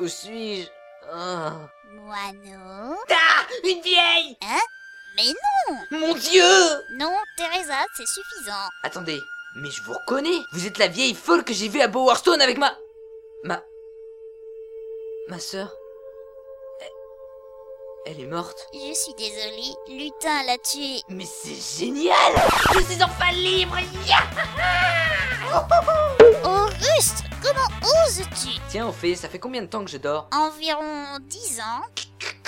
Où suis-je Ah. Moineau Ah Une vieille Mais Mon Dieu non, non, Teresa, c'est suffisant. Attendez, mais je vous reconnais Vous êtes la vieille folle que j'ai vue à Bowerstone avec ma... Ma... Ma sœur Elle- Elle est morte Je suis désolée, Lutin l'a tué. Mais c'est génial Je suis enfin libre Ya Oh, rustre, comment oses-tu Tiens, au fait, ça fait combien de temps que je dors Environ 10 ans,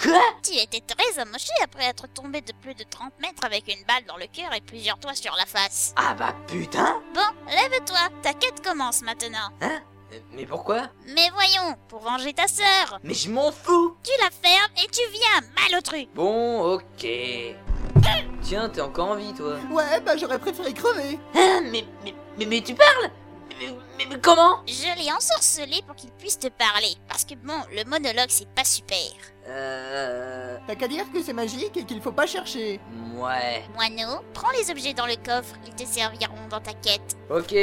Quoi tu étais très amoché après être tombé de plus de 30 mètres avec une balle dans le cœur et plusieurs toits sur la face. Ah bah putain Bon, lève-toi, ta quête commence maintenant. Euh, Mais pourquoi Mais voyons, pour venger ta sœur, Mais je m'en fous tu la fermes et tu viens, malotru Bon, ok... Tiens, t'es encore en vie, toi Ouais, bah j'aurais préféré crever. Hein, mais, mais, mais, mais tu parles mais, mais- mais comment Je l'ai ensorcelé pour qu'il puisse te parler, parce que bon, le monologue c'est pas super. Euh... T'as qu'à dire que c'est magique et qu'il faut pas chercher. Ouais... Moineau, prends les objets dans le coffre, ils te serviront dans ta quête. Ok...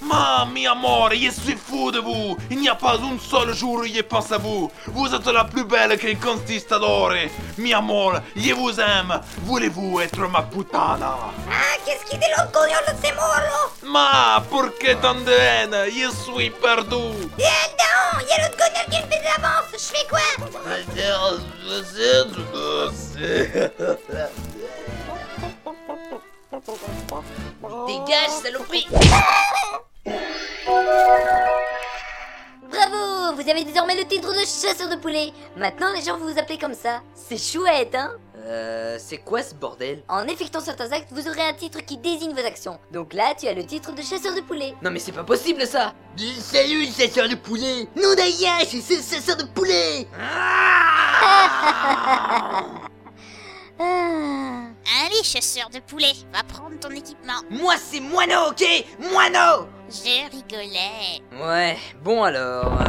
Mamma amore, je suis fou de vous Il n'y a pas un seul jour où je pense à vous Vous êtes la plus belle que conquistadore Mi amore, je vous aime Voulez-vous être ma puttana Ah, qu'est-ce qui te l'occorre de ce morro Ma, perché tant de haine Je suis perdu Dégage, saloperie Bravo Vous avez désormais le titre de chasseur de poulets. Maintenant, les gens vont vous appeler comme ça. C'est chouette, hein Euh... C'est quoi ce bordel En effectuant certains actes, vous aurez un titre qui désigne vos actions. Donc là, tu as le titre de chasseur de poulets. Non mais c'est pas possible ça Salut, chasseur de poulet Non, d'ailleurs, c'est le chasseur de poulet Ah. Allez, chasseur de poulet, va prendre ton équipement. Moi c'est Moino, ok Moino Je rigolais. Ouais, bon alors... euh,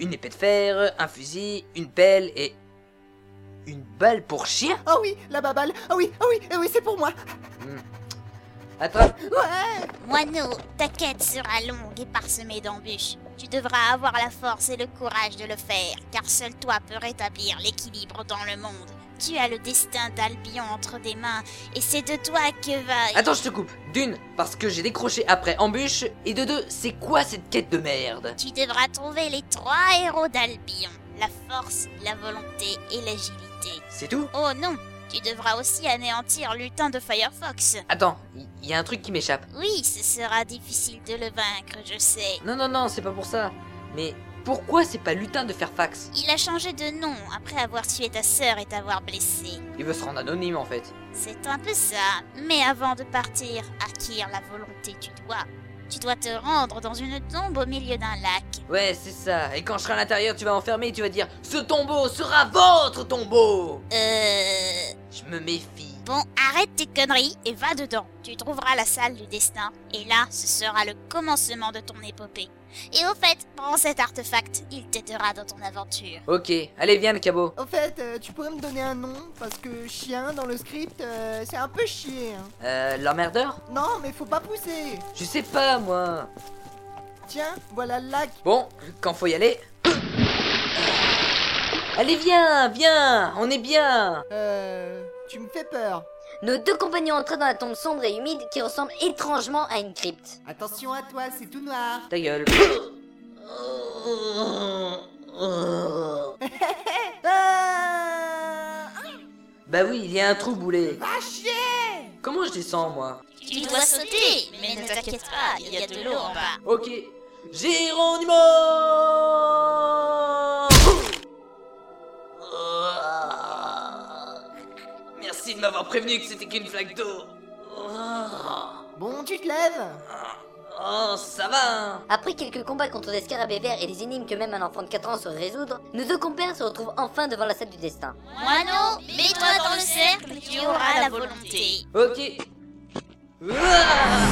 Une épée de fer, un fusil, une pelle et... Une balle pour chien Ah oui, la baballe. Ah oui, ah oui, ah oui, c'est pour moi. Attrape Ouais. Moineau, ta quête sera longue et parsemée d'embûches. Tu devras avoir la force et le courage de le faire, car seul toi peux rétablir l'équilibre dans le monde. Tu as le destin d'Albion entre tes mains, et c'est de toi que va... Attends, je te coupe D'une, parce que j'ai décroché après embûche, et de deux, c'est quoi cette quête de merde Tu devras trouver les trois héros d'Albion. La force, la volonté et l'agilité. C'est tout Oh non, tu devras aussi anéantir Lutin de Firefox. Attends, il y, y a un truc qui m'échappe. Oui, ce sera difficile de le vaincre, je sais. Non, non, non, c'est pas pour ça. Mais pourquoi c'est pas lutin de Fairfax Il a changé de nom après avoir tué ta sœur et t'avoir blessé. Il veut se rendre anonyme en fait. C'est un peu ça. Mais avant de partir, acquiert la volonté du doigt. Tu dois te rendre dans une tombe au milieu d'un lac. Ouais, c'est ça. Et quand je serai à l'intérieur, tu vas enfermer et tu vas dire Ce tombeau sera votre tombeau Euh... Je me méfie. Bon, arrête tes conneries et va dedans. Tu trouveras la salle du destin. Et là, ce sera le commencement de ton épopée. Et au fait, prends cet artefact. Il t'aidera dans ton aventure. Ok, allez, viens le cabot. Au fait, euh, tu pourrais me donner un nom parce que chien dans le script, euh, c'est un peu chier. hein. Euh, l'emmerdeur Non, mais faut pas pousser. Je sais pas, moi. Tiens, voilà le lac. Bon, quand faut y aller. Allez, viens, viens, on est bien. Euh, tu me fais peur. Nos deux compagnons entraient dans la tombe sombre et humide qui ressemble étrangement à une crypte. Attention à toi, c'est tout noir. Ta gueule. Ah Bah oui, il y a un trou boulet. Va ah, chier Comment je descends, moi Tu dois sauter, mais ne t'inquiète pas, il y a de l'eau en bas. Ok. Géronimo Merci de m'avoir prévenu que c'était qu'une flaque d'eau. Bon, tu te lèves. Oh, ça va Après quelques combats contre des scarabées verts et des énigmes que même un enfant de 4 ans saurait résoudre, nos deux compères se retrouvent enfin devant la salle du destin. Moi non, mets-toi dans le cercle, tu auras la volonté. Ok. Ouah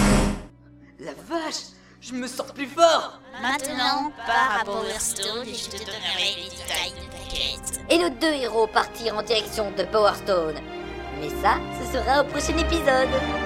La vache Je me sens plus fort Maintenant, pars à Power Stone et je te donnerai les détails de ta quête. Et nos deux héros partirent en direction de Power Stone. Mais ça, ce sera au prochain épisode.